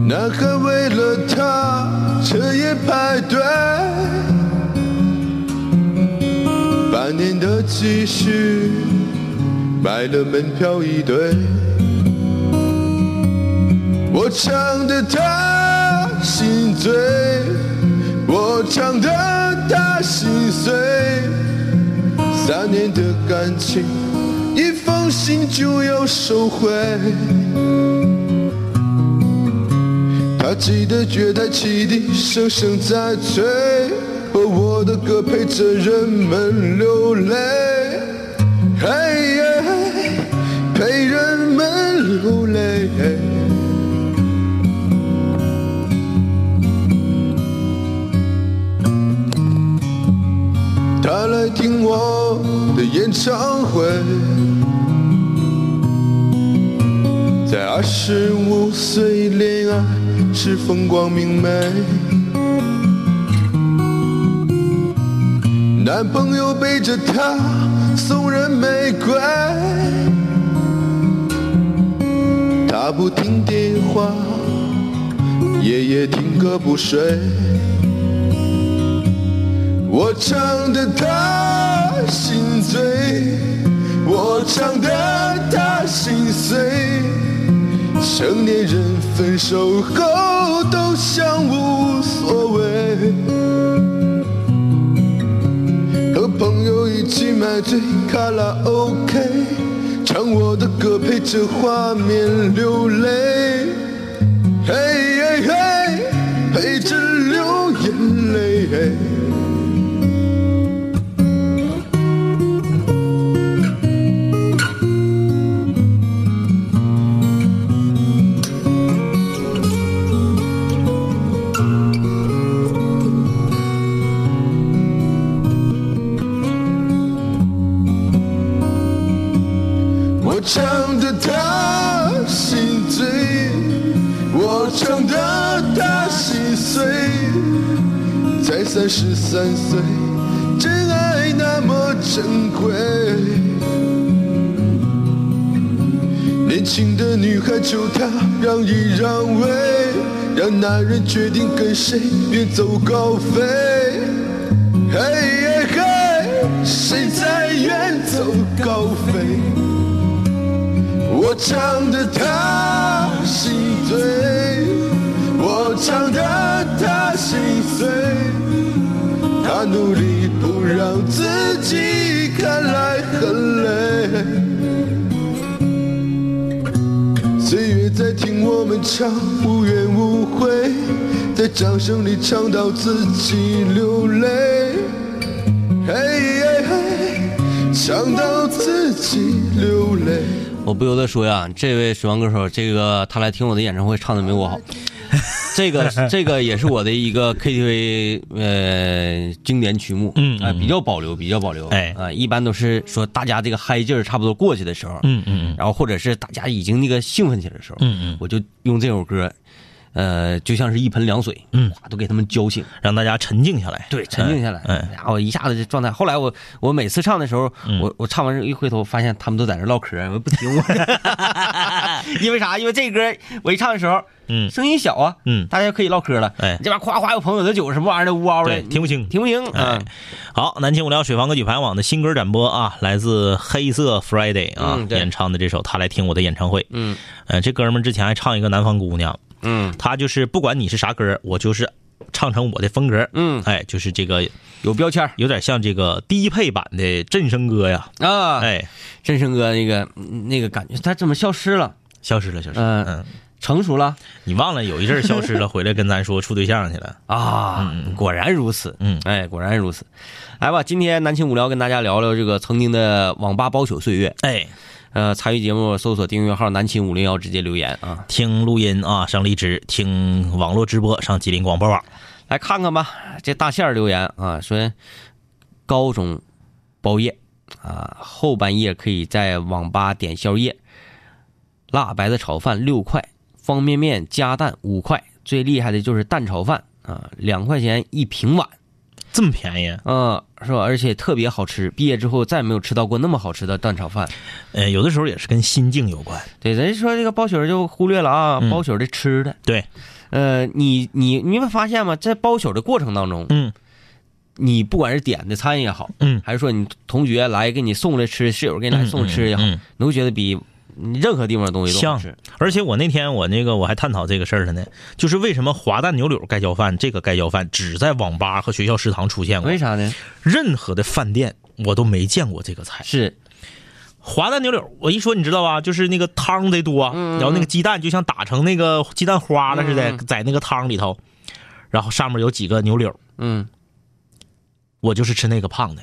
那个为了他彻夜排队，半年的积蓄买了门票一对。我唱得他心醉，我唱得他心碎。三年的感情，一封信就要收回。他记得月台汽笛声声在催，而我的歌陪着人们流泪，嘿耶，陪人们流泪。他来听我的演唱会，在二十五岁恋爱是风光明媚，男朋友背着她送人玫瑰，她不听电话，夜夜听歌不睡。我唱得他心醉，我唱得他心碎。成年人分手后都相无所谓，和朋友一起买醉卡拉 OK，唱我的歌陪着画面流泪，嘿嘿嘿，陪着流眼泪。我唱得他心醉，我唱得他心碎，才三十三岁，真爱那么珍贵。年轻的女孩求他让一让位，让男人决定跟谁，远走高飞。嘿嘿嘿，谁在远走高飞？我唱得他心醉，我唱得他心碎，他努力不让自己看来很累。岁月在听我们唱，无怨无悔，在掌声里唱到自己流泪，嘿嘿嘿，唱到自己流泪。我不由得说呀，这位水王歌手，这个他来听我的演唱会唱的没我好。这 个这个也是我的一个 KTV 呃经典曲目，嗯嗯啊比较保留，比较保留，哎啊，一般都是说大家这个嗨劲儿差不多过去的时候，嗯嗯嗯然后或者是大家已经那个兴奋起来的时候，嗯嗯，我就用这首歌，呃，就像是一盆凉水，嗯哗，都给他们浇醒，让大家沉静下来，对，沉静下来，嗯然后一下子这状态。后来我我每次唱的时候，我我唱完一回头，发现他们都在那唠嗑，我不听我， 因为啥？因为这歌我一唱的时候，嗯声音小啊，嗯大家可以唠嗑了，哎这边夸夸有朋友的酒什么玩意儿的，呜嗷的，对听不清听不清，哎嗯，好，南秦五聊水房歌曲排行榜的新歌展播啊，来自黑色 Friday 啊、嗯对演唱的这首《他来听我的演唱会》。嗯，呃，这哥们儿之前还唱一个南方姑娘，嗯他就是不管你是啥歌，我就是唱成我的风格。嗯哎，就是这个有标签儿有点像这个低配版的振声歌呀。啊，哎，振声哥那个那个感觉，他怎么消失了？消失了，消失了。嗯嗯，成熟了你忘了有一阵儿消失了，回来跟咱说处对象 去了。啊，果然如此。嗯哎，果然如此。来吧，今天南青无聊跟大家聊聊这个曾经的网吧包宿岁月。哎，呃，参与节目搜索订阅号“南秦五零幺”，直接留言啊，听录音啊，上荔枝听网络直播，上吉林广播网。来看看吧。这大线儿留言啊，说高中包夜啊，后半夜可以在网吧点宵夜，辣白菜炒饭六块，方便面加蛋五块，最厉害的就是蛋炒饭啊，两块钱一平碗。这么便宜？啊嗯，是吧？而且特别好吃。毕业之后再没有吃到过那么好吃的蛋炒饭。呃，有的时候也是跟心境有关。对，人家说这个包宿儿就忽略了啊，嗯包宿儿的吃的。对，呃，你你你会发现吗？在包宿的过程当中，嗯你不管是点的餐也好，嗯，还是说你同学来给你送来吃，室友给你来送吃也好，嗯嗯嗯你会觉得比任何地方的东西都好香吃。。而且我那天我那个我还探讨这个事儿了呢，就是为什么滑蛋牛柳盖浇饭这个盖浇饭只在网吧和学校食堂出现过为，啥呢？任何的饭店我都没见过这个菜。是滑蛋牛柳，我一说你知道吧？就是那个汤得多，嗯然后那个鸡蛋就像打成那个鸡蛋花了似的，在那个汤里头，然后上面有几个牛柳，嗯，我就是吃那 个胖的。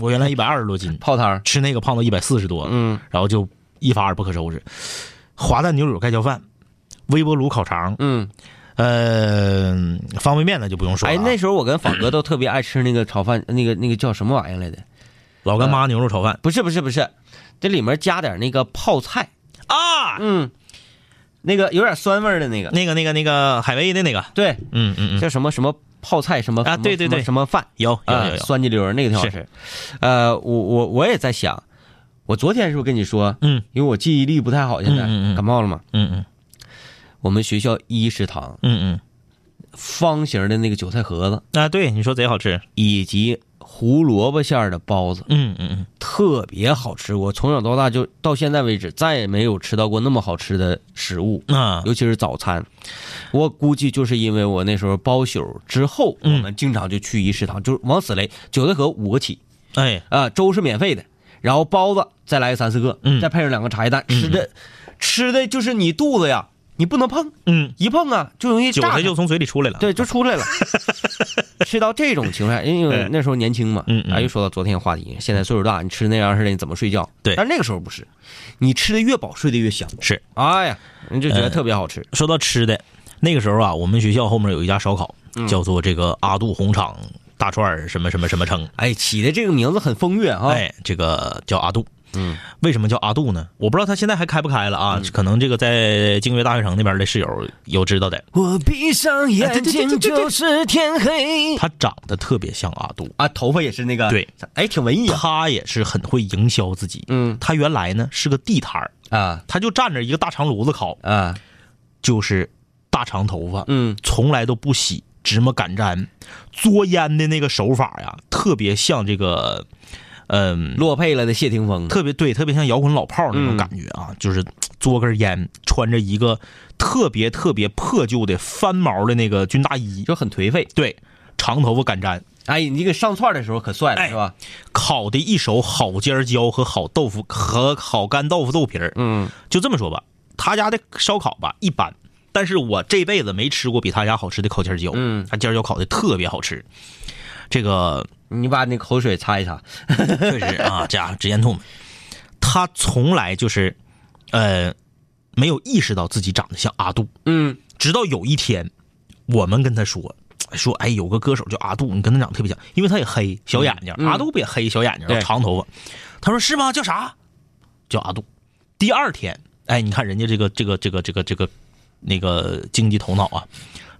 我原来一百二十多斤，泡汤儿。吃那个胖到一百四十多，嗯然后就一发而不可收拾。滑蛋牛柳盖浇饭，微波炉烤肠，嗯，呃，方便面呢就不用说了哎啊、，那时候我跟仿哥都特别爱吃那个炒饭，那个那个叫什么玩意儿来的？老干呃妈牛肉炒饭不是不是不是，这里面加点那个泡菜，啊，嗯，那个有点酸味儿的那个，那个那个那个海威的那个，对，嗯嗯嗯，叫什么什么泡菜什么啊什么对对什么对什么饭，有有啊有，有，酸鸡溜儿那个挺好吃是。呃，我我我也在想，我昨天是不是跟你说，嗯因为我记忆力不太好，现在嗯嗯嗯感冒了嘛。嗯嗯我们学校一食堂嗯方形的那个韭菜盒子，嗯，啊，对，你说贼好吃，以及胡萝卜馅儿的包子，嗯嗯嗯，特别好吃。我从小到大就到现在为止，再也没有吃到过那么好吃的食物。那尤其是早餐，我估计就是因为我那时候包宿之后，我嗯们经常就去一食堂，就是往死来，韭菜盒五个起哎，啊、粥是免费的，然后包子再来三四个，嗯再配上两个茶叶蛋，吃的吃的就是你肚子呀，你不能碰，嗯，一碰啊就容易韭炸菜开就从嘴里出来了，对就出 来了。吃到这种情况下，因为嗯那时候年轻嘛，嗯嗯啊，又说到昨天的话题，现在岁数大，你吃那样似的，你怎么睡觉？对但那个时候不是，你吃的越饱，睡得越香。是。嗯哎呀，你就觉得特别好吃。说到吃的，那个时候啊，我们学校后面有一家烧烤，嗯叫做这个阿杜红场大串儿什么什么什么称，哎，起的这个名字很风月啊！哎，这个叫阿杜。嗯，为什么叫阿杜呢？我不知道他现在还开不开了嗯啊？可能这个在京悦大学城那边的室友有知道的。我闭上哎眼睛就是天黑。他长得特别像阿杜，啊，头发也是那个，对，哎，挺文艺啊。他也是很会营销自己。嗯他原来呢是个地摊儿，啊他就站着一个大长炉子烤，啊，就是大长头发，嗯从来都不洗，芝麻擀粘，嘬烟的那个手法呀，特别像这个，嗯、落配了的谢霆锋，特别对，特别像摇滚老炮儿嗯那种感觉啊，就是嘬根烟，穿着一个特别特别破旧的翻毛的那个军大衣，就很颓废。对，长头发擀粘，哎，你这个上串的时候可帅了，哎是吧？烤的一手好尖椒和好豆腐和好干豆腐豆皮儿，嗯，就这么说吧，他家的烧烤吧一般，但是我这辈子没吃过比他家好吃的烤尖椒。嗯他尖椒烤的特别好吃。这个你把那口水擦一擦。确实啊，这家伙直咽吐沫。他从来就是，呃，没有意识到自己长得像阿杜，嗯直到有一天，我们跟他说。说哎，有个歌手叫阿杜，你跟他长得特别像，因为他也黑，小眼睛。嗯阿杜不也黑，小眼睛，对长头发。他说是吗？叫啥？叫阿杜。第二天，哎，你看人家这个这个这个这个这个那个经济头脑啊，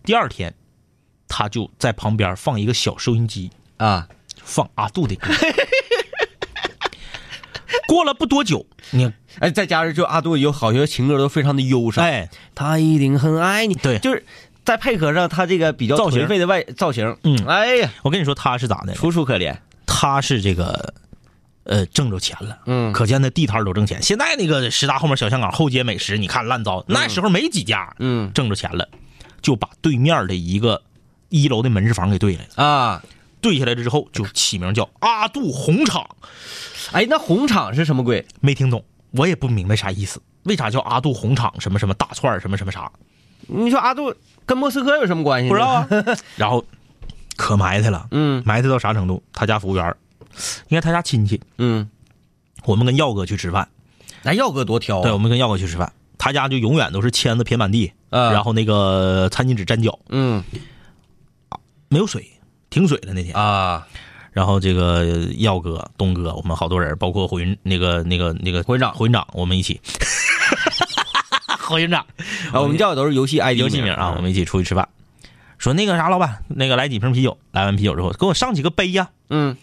第二天他就在旁边放一个小收音机，啊，放阿杜的歌。过了不多久，你哎，再加上就阿杜有好些情歌都非常的忧伤，哎，他一定很爱你。对就是再配合上他这个比较造型颓废的外造型，嗯哎呀，我跟你说他是咋的？楚楚可怜。他是这个呃挣着钱了，嗯可见那地摊儿都挣钱。现在那个十大后面小香港后街美食，你看烂糟，那时候没几家，嗯挣着钱了，就把对面的一个一楼的门市房给对来了。啊，对下来之后就起名叫阿杜红场，哎，那红场是什么鬼？没听懂，我也不明白啥意思。为啥叫阿杜红场什么什么大串儿什么什么啥？你说阿杜跟莫斯科有什么关系？不知道。啊。 然后可埋汰了，嗯埋汰到啥程度？他家服务员儿，应该他家亲戚，嗯，我们跟耀哥去吃饭，那耀哥多挑对，啊我。们跟耀哥去吃饭，他家就永远都是签子撇满地，啊然后那个餐巾纸粘脚，嗯没有水，停水了那天。啊，然后这个耀哥、东哥，我们好多人，包括火云那个、那个、那个火云掌火云掌，我们一 起。火云掌，啊我们叫的都是游戏 ID 游戏名啊，我们一起出去吃饭。说那个啥，老板，那个来几瓶啤酒，来完啤酒之后，给我上几个杯呀、嗯，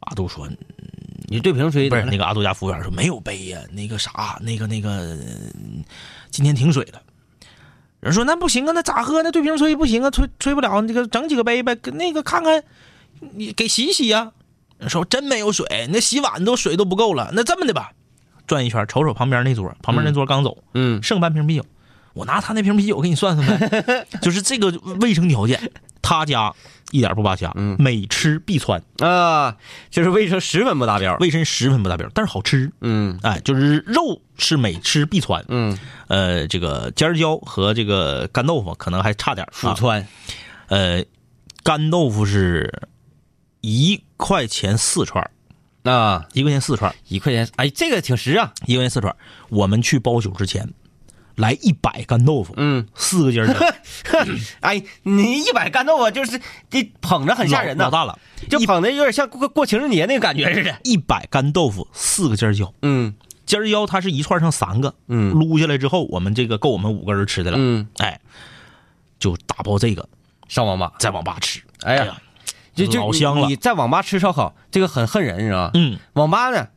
阿杜说你对瓶吹不的是，那个阿杜家服务员说没有杯呀、那个啥，那个那个，嗯今天停水了。人说那不行啊，那咋喝？那对瓶吹不行啊，吹吹不了，那个整几个杯呗，跟那个看看，你给洗一洗呀、人说真没有水，那洗碗都水都不够了。那这么的吧，转一圈瞅瞅旁边那桌，旁边那桌刚走，嗯剩半瓶啤酒，我拿他那瓶啤酒给你算算 呗，就是这个卫生条件，他家一点不扒瞎，每吃必穿，啊，就是卫生十分不达标。卫生十分不达标，但是好吃。嗯哎，就是肉是每吃必穿，嗯，呃，这个尖儿椒和这个干豆腐可能还差点儿蜀啊，川呃，干豆腐是一块钱四串儿，啊，一块钱四串儿，一块钱，哎，这个挺实 啊。一块钱四串儿。我们去包宿之前，来一百干豆腐，嗯，四个尖儿椒，哎，你一百干豆腐就是这捧 着很吓人呐老老，大了，就捧的有点像过过情人节那个感觉似的。一百干豆腐，四个尖儿椒，嗯尖儿椒它是一串上三个，嗯撸下来之后，我们这个够我们五个人吃的了，嗯，哎，就打包这个上网吧，在网吧吃，哎呀哎呀，就就老香了你在网吧吃烧烤，这个很恨人，你知道吗？嗯，网吧呢，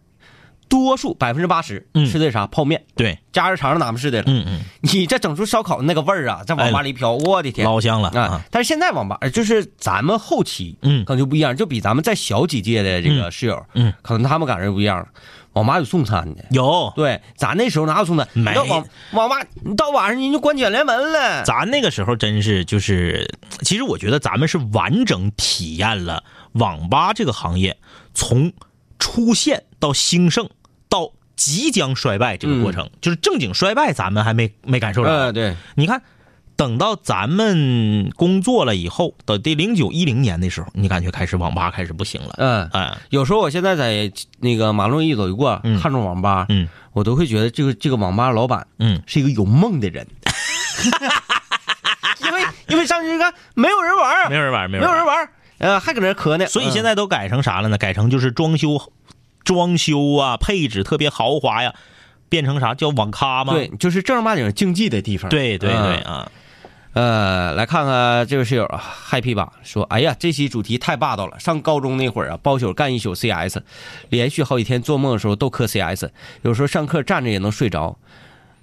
多数百分之八十嗯吃的啥泡面，对，加热肠哪不是的了。嗯嗯。你这整出烧烤那个味儿啊，在网吧里飘，我的天！老香了啊啊！！但是现在网吧，呃就是咱们后期，嗯可能就不一样，就比咱们再小几届的这个嗯室友，嗯，可能他们感受不一样了。网吧有送餐的，有，对，咱那时候哪有送餐？没你到网网吧，你到晚上人就关卷帘门了。咱那个时候真是就是，其实我觉得咱们是完整体验了网吧这个行业从出现到兴盛到即将衰败这个过程，就是正经衰败咱们还没没感受着。嗯，对，你看，等到咱们工作了以后，到得零九一零年的时候，你感觉开始网吧开始不行了，嗯，哎，有时候我现在在那个马路上一走一过，嗯看着网吧，嗯我都会觉得这个这个网吧老板嗯，是一个有梦的 人，因为因为上去一看没有人玩儿，没有人玩，没没有人有玩人。玩儿，呃，还搁那儿磕呢。所以现在在都改成啥了呢？改成就是装修，装修啊，配置特别豪华呀，变成啥叫网咖吗？对，就是正儿八经竞技的地方。对对对嗯啊，呃，来看看这位室友啊，Happy 吧，说，哎呀，这期主题太霸道了。上高中那会儿啊，包宿干一宿 CS，连续好几天做梦的时候都磕 CS，有时候上课站着也能睡着。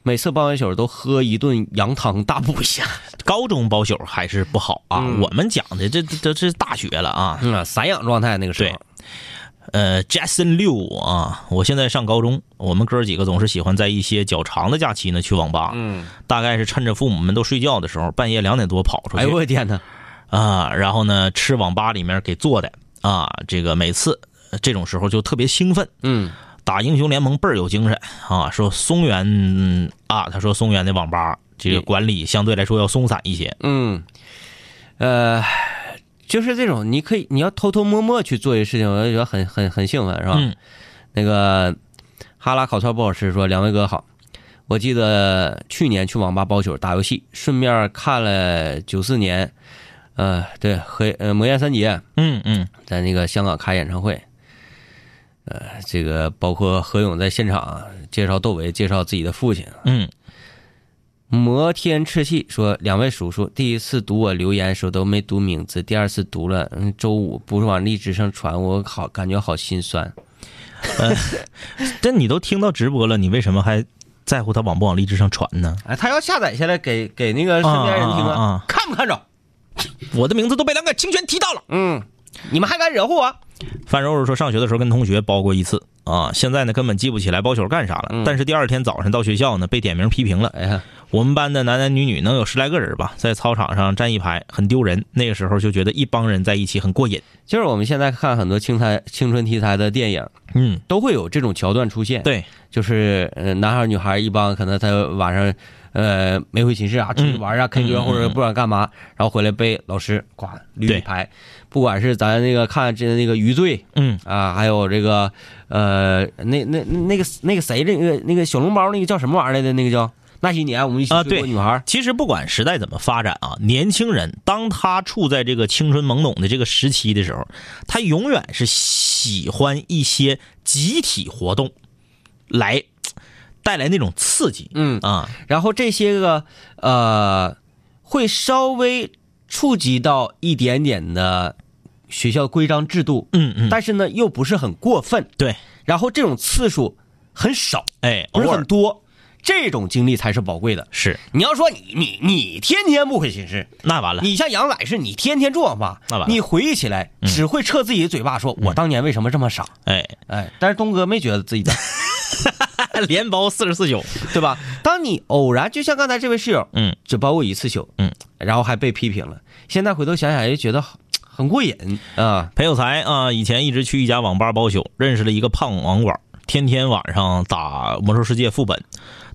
每次包完宿都喝一顿羊汤大补一下，高中包宿还是不好啊。嗯我们讲的这这这是大学了啊。嗯啊，散养状态那个时候对，呃，Jason 六啊，我现在上高中，我们哥几个总是喜欢在一些较长的假期呢去网吧，嗯，大概是趁着父母们都睡觉的时候，半夜两点多跑出去，哎呦我的天哪，啊，然后呢吃网吧里面给做的啊，这个每次呃这种时候就特别兴奋，嗯打英雄联盟倍儿有精神啊！说松原嗯啊，他说松原的网吧这个管理相对来说要松散一些。嗯，呃，就是这种，你可以你要偷偷摸摸去做一些事情，我就觉得很很很兴奋，是吧？嗯那个哈拉烤串不好吃说两位哥好，我记得去年去网吧包宿打游戏，顺便看了九四年，呃，对，和呃魔岩三杰嗯嗯，在那个香港开演唱会。呃，这个包括何勇在现场介绍窦唯，介绍自己的父亲，嗯，摩天赤气说：“两位叔叔，第一次读我留言时候都没读名字，第二次读了，嗯，周五不是往荔枝上传，我好感觉好心酸。这你都听到直播了，你为什么还在乎他往不往荔枝上传呢？哎，他要下载下来给给那个身边人听啊啊啊啊看不看着？我的名字都被两个清泉提到了。嗯，你们还敢惹祸啊我？范柔柔说，上学的时候跟同学包过一次嗯啊，现在呢根本记不起来包宿干啥了。但是第二天早上到学校呢，被点名批评了。哎呀，我们班的男男女女能有十来个人吧，在操场上站一排，很丢人。那个时候就觉得一帮人在一起很过瘾。就是我们现在看很多青台青春题材的电影，嗯，都会有这种桥段出现。，对，就是呃，男孩儿女孩儿一帮，可能他晚上呃没回寝室啊，出嗯去玩啊、K 歌或者不管干嘛，然后回来被老师呱捋对一排。不管是咱那个看这那个余罪嗯，啊，还有这个呃那那那那个那个谁，那个那个小笼包那个叫什么玩意儿来的？那个叫那些年我们一起啊追过对女孩儿。其实不管时代怎么发展啊，年轻人当他处在这个青春懵懂的这个时期的时候，他永远是喜欢一些集体活动来带来那种刺激。嗯啊，然后这些个呃，会稍微触及到一点点的学校规章制度，嗯嗯，但是呢又不是很过分，对，然后这种次数很少，哎，不是偶尔很多，这种经历才是宝贵的。是你要说你你你天天不回寝室，那完了，你像杨仔是你天天住网吧那完，了嗯你回忆起来只会撤自己的嘴巴说，我当年为什么这么傻？哎，哎，但是东哥没觉得自 己的，连包四十四嗯宿，对吧？当你偶然，就像刚才这位室友，嗯，只包过一次宿，嗯，然后还被批评了。现在回头想想，也觉得很很过瘾啊。裴有才啊，以前一直去一家网吧包宿，认识了一个胖网管，天天晚上打魔兽世界副本，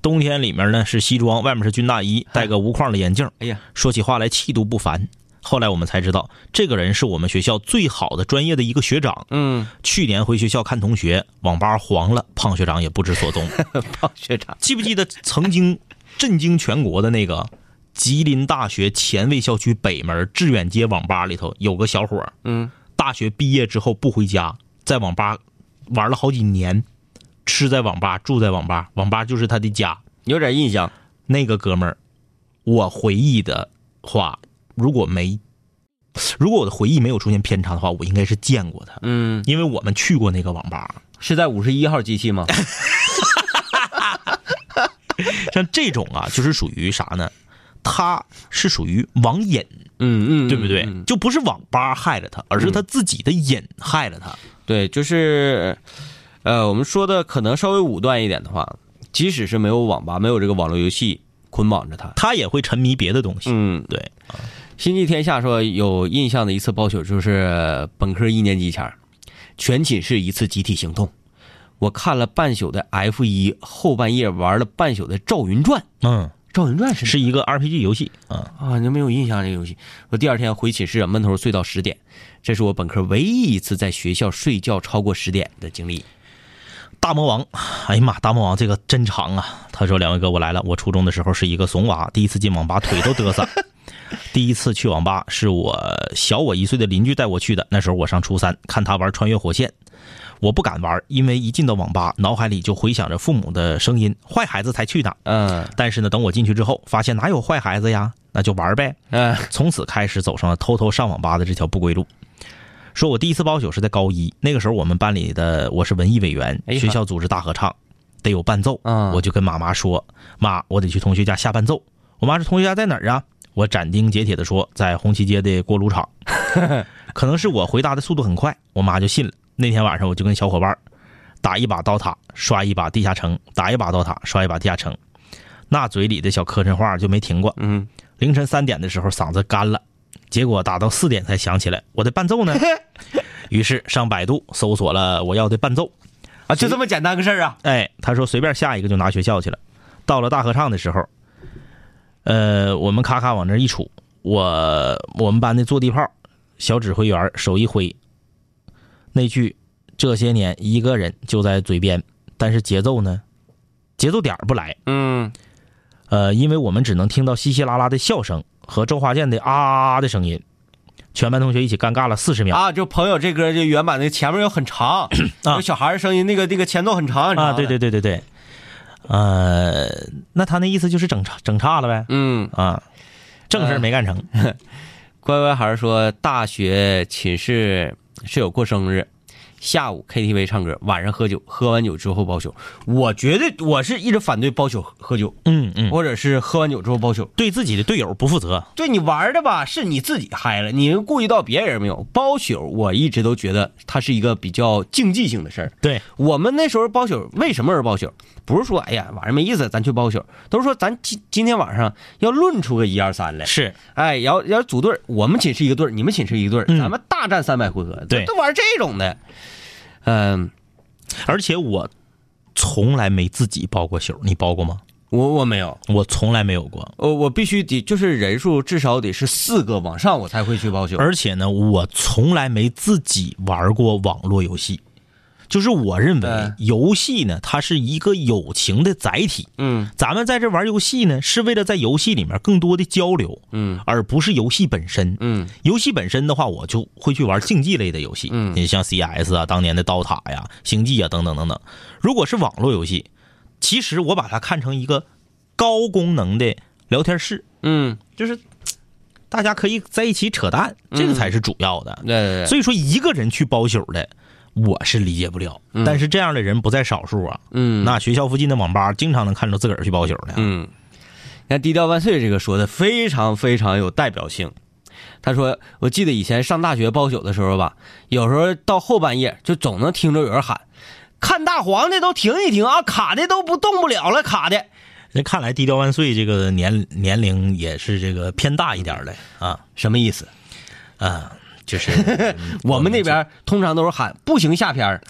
冬天里面呢是西装，外面是军大衣，戴个无框的眼镜，哎呀，说起话来气度不凡。后来我们才知道，这个人是我们学校最好的专业的一个学长。嗯，去年回学校看同学，网吧黄了，胖学长也不知 所踪。胖学长，记不记得曾经震惊全国的那个吉林大学前卫校区北门致远街网吧里头有个小伙儿，嗯，大学毕业之后不回家，在网吧玩了好几年，吃在网吧，住在网吧，网吧就是他的家。有点印象。那个哥们儿，我回忆的话，如果没，如果我的回忆没有出现偏差的话，我应该是见过他，嗯，因为我们去过那个网吧。是在五十一号机器 吗？像这种啊，就是属于啥呢？他是属于网瘾，嗯嗯，对不对？嗯就不是网吧害了他，而是他自己的瘾害了他。对，就是，呃，我们说的可能稍微武断一点的话，即使是没有网吧，没有这个网络游戏捆绑着他，他也会沉迷别的东西。嗯，对，星际天下说有印象的一次包宿就是本科一年级前儿，全寝室一次集体行动。我看了半宿的 F 一，后半夜玩了半宿的《赵云传》。嗯，赵云传是是一个 RPG 游戏啊。啊，你没有印象这个游戏。我第二天回寝室啊，闷头睡到十点，这是我本科唯一一次在学校睡觉超过十点的经历。大魔王，哎呀妈，大魔王这个真长啊！他说：“两位哥，我来了。我初中的时候是一个怂娃，第一次进网吧腿都嘚瑟。 第一次去网吧是我小我一岁的邻居带我去的，那时候我上初三，看他玩穿越火线，我不敢玩，因为一进到网吧，脑海里就回响着父母的声音：坏孩子才去哪。嗯但是呢，等我进去之后，发现哪有坏孩子呀，那就玩呗。嗯 从此开始走上了偷偷上网吧的这条不归路。说我第一次包宿是在高一，那个时候我们班里的我是文艺委员哎，呀学校组织大合唱，得有伴奏，嗯我就跟妈妈说：“妈，我得去同学家下伴奏。”我妈说：“同学家在哪儿啊？”我斩钉截铁的说：“在红旗街的锅炉厂。”可能是我回答的速度很快，我妈就信了。那天晚上我就跟小伙伴儿打一把刀塔，刷一把地下城，打一把刀塔，刷一把地下城，那嘴里的小磕碜话就没停过。嗯，凌晨三点的时候嗓子干了，结果打到四点才想起来我的伴奏呢。于是上百度搜索了我要的伴奏，啊，就这么简单个事儿啊。哎，他说随便下一个就拿学校去了。到了大合唱的时候，呃，我们咔咔往那儿一杵，我我们班的坐地炮小指挥员手一挥，那句“这些年一个人”就在嘴边，但是节奏呢，节奏点儿不来，嗯呃，因为我们只能听到稀稀拉拉的笑声和周华健的啊啊啊的声音，全班同学一起尴尬了四十秒啊，就朋友这歌就原版的前面有很 长，有小孩儿声音，那个那个前奏很长很长啊！对的对对对对，呃，那他那意思就是整差整差了呗嗯，啊，正事儿没干成，乖乖孩儿说，大学寝室室友过生日，下午 KTV 唱歌，晚上喝酒，喝完酒之后包宿。我绝对我是一直反对包宿喝酒，嗯嗯，或者是喝完酒之后包宿。对自己的队友不负责，对你玩的吧，是你自己嗨了，你顾及到别人没有？包宿我一直都觉得它是一个比较竞技性的事儿。对，我们那时候包宿，为什么而包宿？不是说哎呀晚上没意思，咱去包宿，都是说咱今今天晚上要论出个一二三来。是哎，要要组队儿，我们寝室一个队儿，你们寝室一个队儿，咱嗯们大战三百回合，对都玩这种的。嗯，而且我从来没自己包过宿，你包过吗？我我没有，我从来没有过，我我必须得就是人数至少得是四个往上，我才会去包宿。而且呢，我从来没自己玩过网络游戏。就是我认为嗯游戏呢，它是一个友情的载体。嗯，咱们在这玩游戏呢，是为了在游戏里面更多的交流，嗯，而不是游戏本身。嗯，游戏本身的话，我就会去玩竞技类的游戏，嗯你像 CS 啊，当年的刀塔呀、星际啊等等等等。如果是网络游戏，其实我把它看成一个高功能的聊天室，嗯，就是嘖大家可以在一起扯淡，这个才是主要的。对嗯对对，所以说，一个人去包宿的，我是理解不了。但是这样的人不在少数啊。嗯那学校附近的网吧经常能看着自个儿去包宿的。嗯，你看“低调万岁”这个说的非常非常有代表性。他说：“我记得以前上大学包宿的时候吧，有时候到后半夜就总能听着有人喊，看大黄的都停一停啊，卡的都不动不了了，卡的。那看来低调万岁这个年年龄也是这个偏大一点儿的啊什么意思？啊，就是我们那边通常都是喊不行下片儿，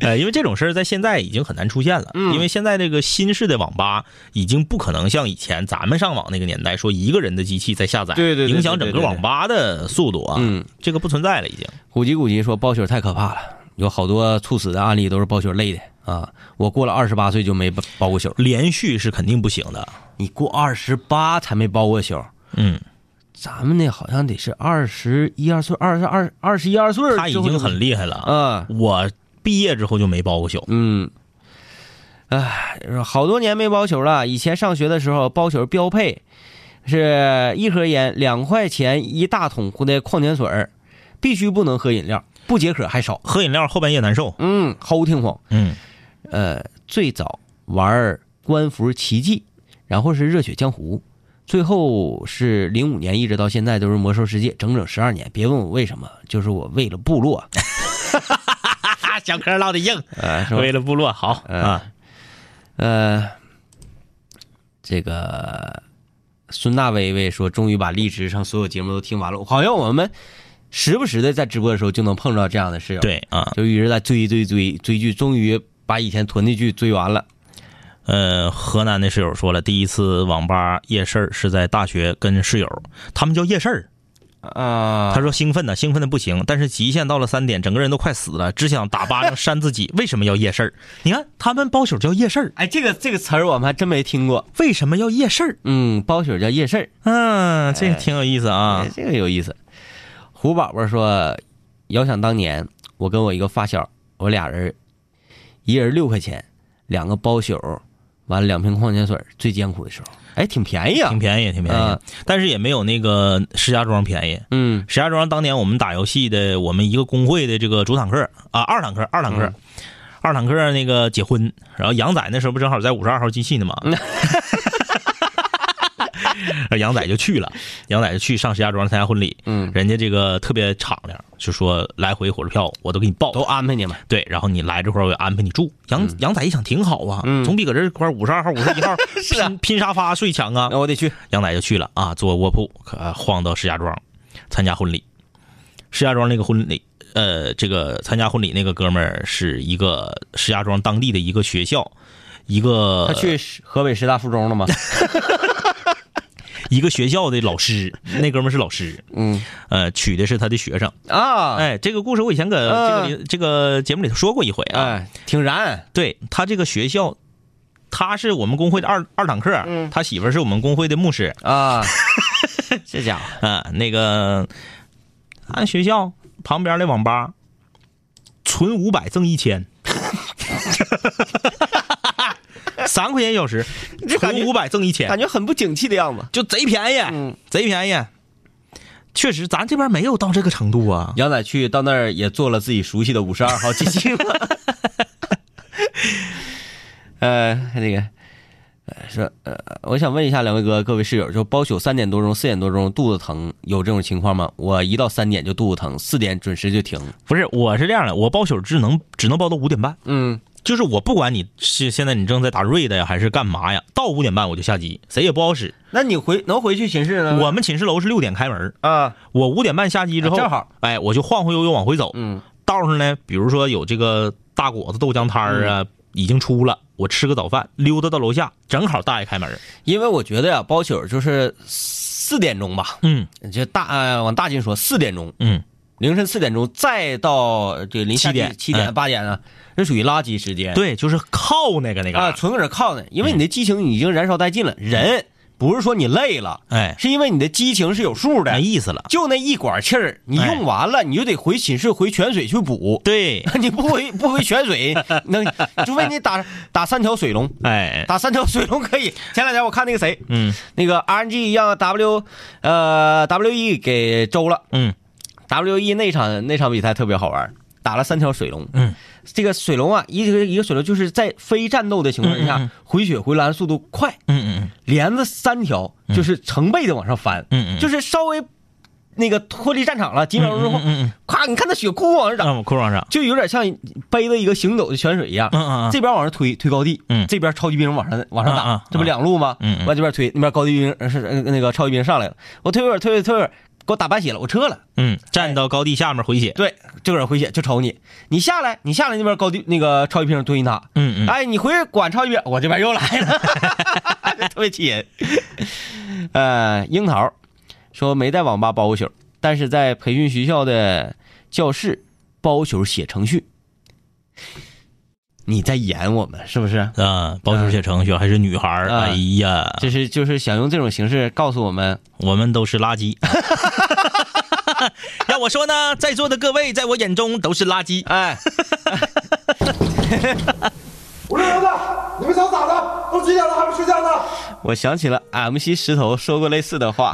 呃，因为这种事儿在现在已经很难出现了，嗯因为现在这个新式的网吧已经不可能像以前咱们上网那个年代说一个人的机器在下载，对对对对影响整个网吧的速度啊，嗯，这个不存在了已经。古籍古籍说包宿太可怕了，有好多猝死的案例都是包宿累的啊！我过了二十八岁就没包包过宿，连续是肯定不行的，你过二十八才没包过宿，嗯，咱们那好像得是二十一二岁，二十二二十一二岁之后就，嗯他已经很厉害了。啊，我毕业之后就没包过宿，嗯，哎，好多年没包宿了。以前上学的时候，包宿标配是一盒烟两块钱一大桶的矿泉水儿必须不能喝饮料，不解渴还少。喝饮料后半夜难受。嗯，齁挺慌。嗯，呃，最早玩官服奇迹，然后是热血江湖，最后是零五年一直到现在都是魔兽世界，整整十二年。别问我为什么，就是我为了部落。啊，小嗑唠的硬，呃，是吧哎为了部落好啊。呃，这个孙大威威说，终于把荔枝上所有节目都听完了。好像我们时不时的在直播的时候就能碰到这样的室友，，对啊，就一直在追追追追剧，终于把以前囤的剧追完了。呃，河南的室友说了，第一次网吧夜市儿是在大学跟室友，他们叫夜市儿。啊、他说兴奋呢，兴奋的不行，但是极限到了三点，整个人都快死了，只想打巴掌扇自 己。为什么要夜市儿？你看他们包宿叫夜市儿，哎，这个这个词儿我们还真没听过。为什么要夜市儿？嗯，包宿叫夜市儿嗯，这个挺有意思啊哎。这个有意思。胡宝宝说，遥想当年，我跟我一个发小，我俩人，一人六块钱，两个包宿，完了两瓶矿泉水，最艰苦的时候，哎，挺便宜啊，挺便宜，挺便宜，啊但是也没有那个石家庄便宜。嗯石家庄当年我们打游戏的，我们一个工会的这个主坦克啊，二坦克，二坦克，嗯二坦克那个结婚，然后杨仔那时候不正好在五十二号机器呢吗？嗯 杨仔就去了，杨仔就去上石家庄参加婚礼，嗯，人家这个特别敞亮，就说来回火车票我都给你报，都安排你们，对，然后你来这块儿我也安排你住。杨、杨仔一想挺好啊，嗯总比搁这块五十二号、五十一号 是啊哦拼拼沙发睡强啊那。我得去，杨仔就去了啊，坐卧铺可晃到石家庄参加婚礼。石家庄那个婚礼，呃，这个参加婚礼那个哥们儿是一个石家庄当地的一个学校，一个他去河北师大附中了吗？一个学校的老师，那哥们儿是老师， 嗯呃，娶的是他的学生。 啊，呃哎哎，这个故事我以前搁这个里、这个节目里头说过一回啊。哎挺燃，对他这个学校，他是我们工会的二二堂课，嗯他媳妇儿是我们工会的牧师， 啊，这家伙， 啊、那个俺学校旁边的网吧，存五百赠一千，三块钱一小时，这感存觉五百赠一感千，觉很不景气的样子，就贼便宜，嗯贼便宜。确实咱这边没有到这个程度啊。杨仔去到那儿也做了自己熟悉的五十二 号基金了。呃，那个，呃，说，呃，我想问一下两位哥、各位室友，就包宿三点多钟、四点多钟肚子疼，有这种情况吗？我一到三点就肚子疼，四点准时就停。不是，我是这样的，我包宿只能只能包到五点半，嗯，就是我不管你是现在你正在打瑞的呀，还是干嘛呀，到五点半我就下机，谁也不好使。那你回能回去寝室呢？我们寝室楼是六点开门，啊，我五点半下机之后，啊正好，哎，我就晃晃悠悠往回走。嗯，道上呢，比如说有这个大果子豆浆摊儿嗯啊，已经出了，我吃个早饭，溜达到楼下，正好大爷开门。因为我觉得呀、包宿就是四点钟吧，嗯就大、呃、往大进说四点钟，嗯，凌晨四点钟再到这临下七点七点嗯八点呢，这属于垃圾时间。对，就是靠那个那个哎啊，纯搁这靠呢，因嗯为你的激情已经燃烧殆尽了。人不是说你累了，哎，是因为你的激情是有数的没，意思了。哎就那一管气儿，你用完了，你就得回寝室回泉水去 补。 对，你不回不回泉 水，那除非你打打三条水龙，哎，打三条水龙可以。前两天我看那个谁，嗯那个 RNG 让 W 呃 WE 给周了。嗯 W E 那场那场比赛特别好玩，打了三条水龙。嗯，这个水龙啊，一个一个水龙就是在非战斗的情况下，嗯嗯嗯回血回蓝速度快，嗯嗯连着三条就是成倍的往上翻，嗯嗯，就是是稍微那个脱离战场了几秒钟之后，嗯咵、你看那血库往上嗯，涨，让我裤裆上，就有点像背着一个行走的泉水一样。嗯嗯嗯，这边往上推推高地，嗯这边超级兵往上往上打，嗯嗯嗯这不两路吗？嗯嗯往这边推，那边高级兵呃是呃那个超级兵上来了，我推会儿推会儿推会儿，给我打半血了，我撤了。嗯，站到高地下面回血，对，这个人回血就瞅你，你下来，你下来那边高地那个超级兵蹲一塔，嗯嗯，哎，你回去管超级兵，我这边又来了，特别气人。呃，樱桃说没在网吧包过宿，但是在培训学校的教室包宿写程序。你在演我们是不是？啊，包嗯出写程序还是女孩儿，啊哎呀，就是就是想用这种形式告诉我们，我们都是垃圾。 要我说呢，在座的各位在我眼中都是垃圾。哎，我说儿子，你们想咋的？都几点了还不睡觉呢？我想起了 MC 石头说过类似的话。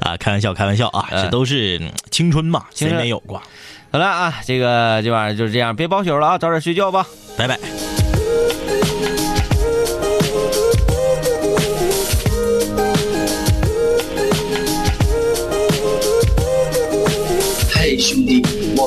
啊，开玩笑，开玩笑啊，嗯这都是嗯青春嘛，青谁春没有过？好了啊，这个这玩意儿就是这样，别包宿了啊，早点睡觉吧。拜拜。嘿，兄弟，我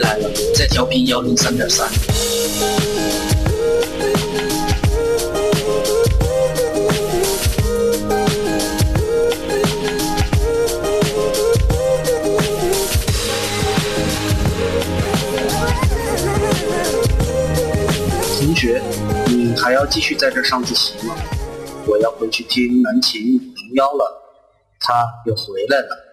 来了，在调频幺零三点三。同学，你还要继续在这儿上自习吗？我要回去听南琴五零幺了，他又回来了。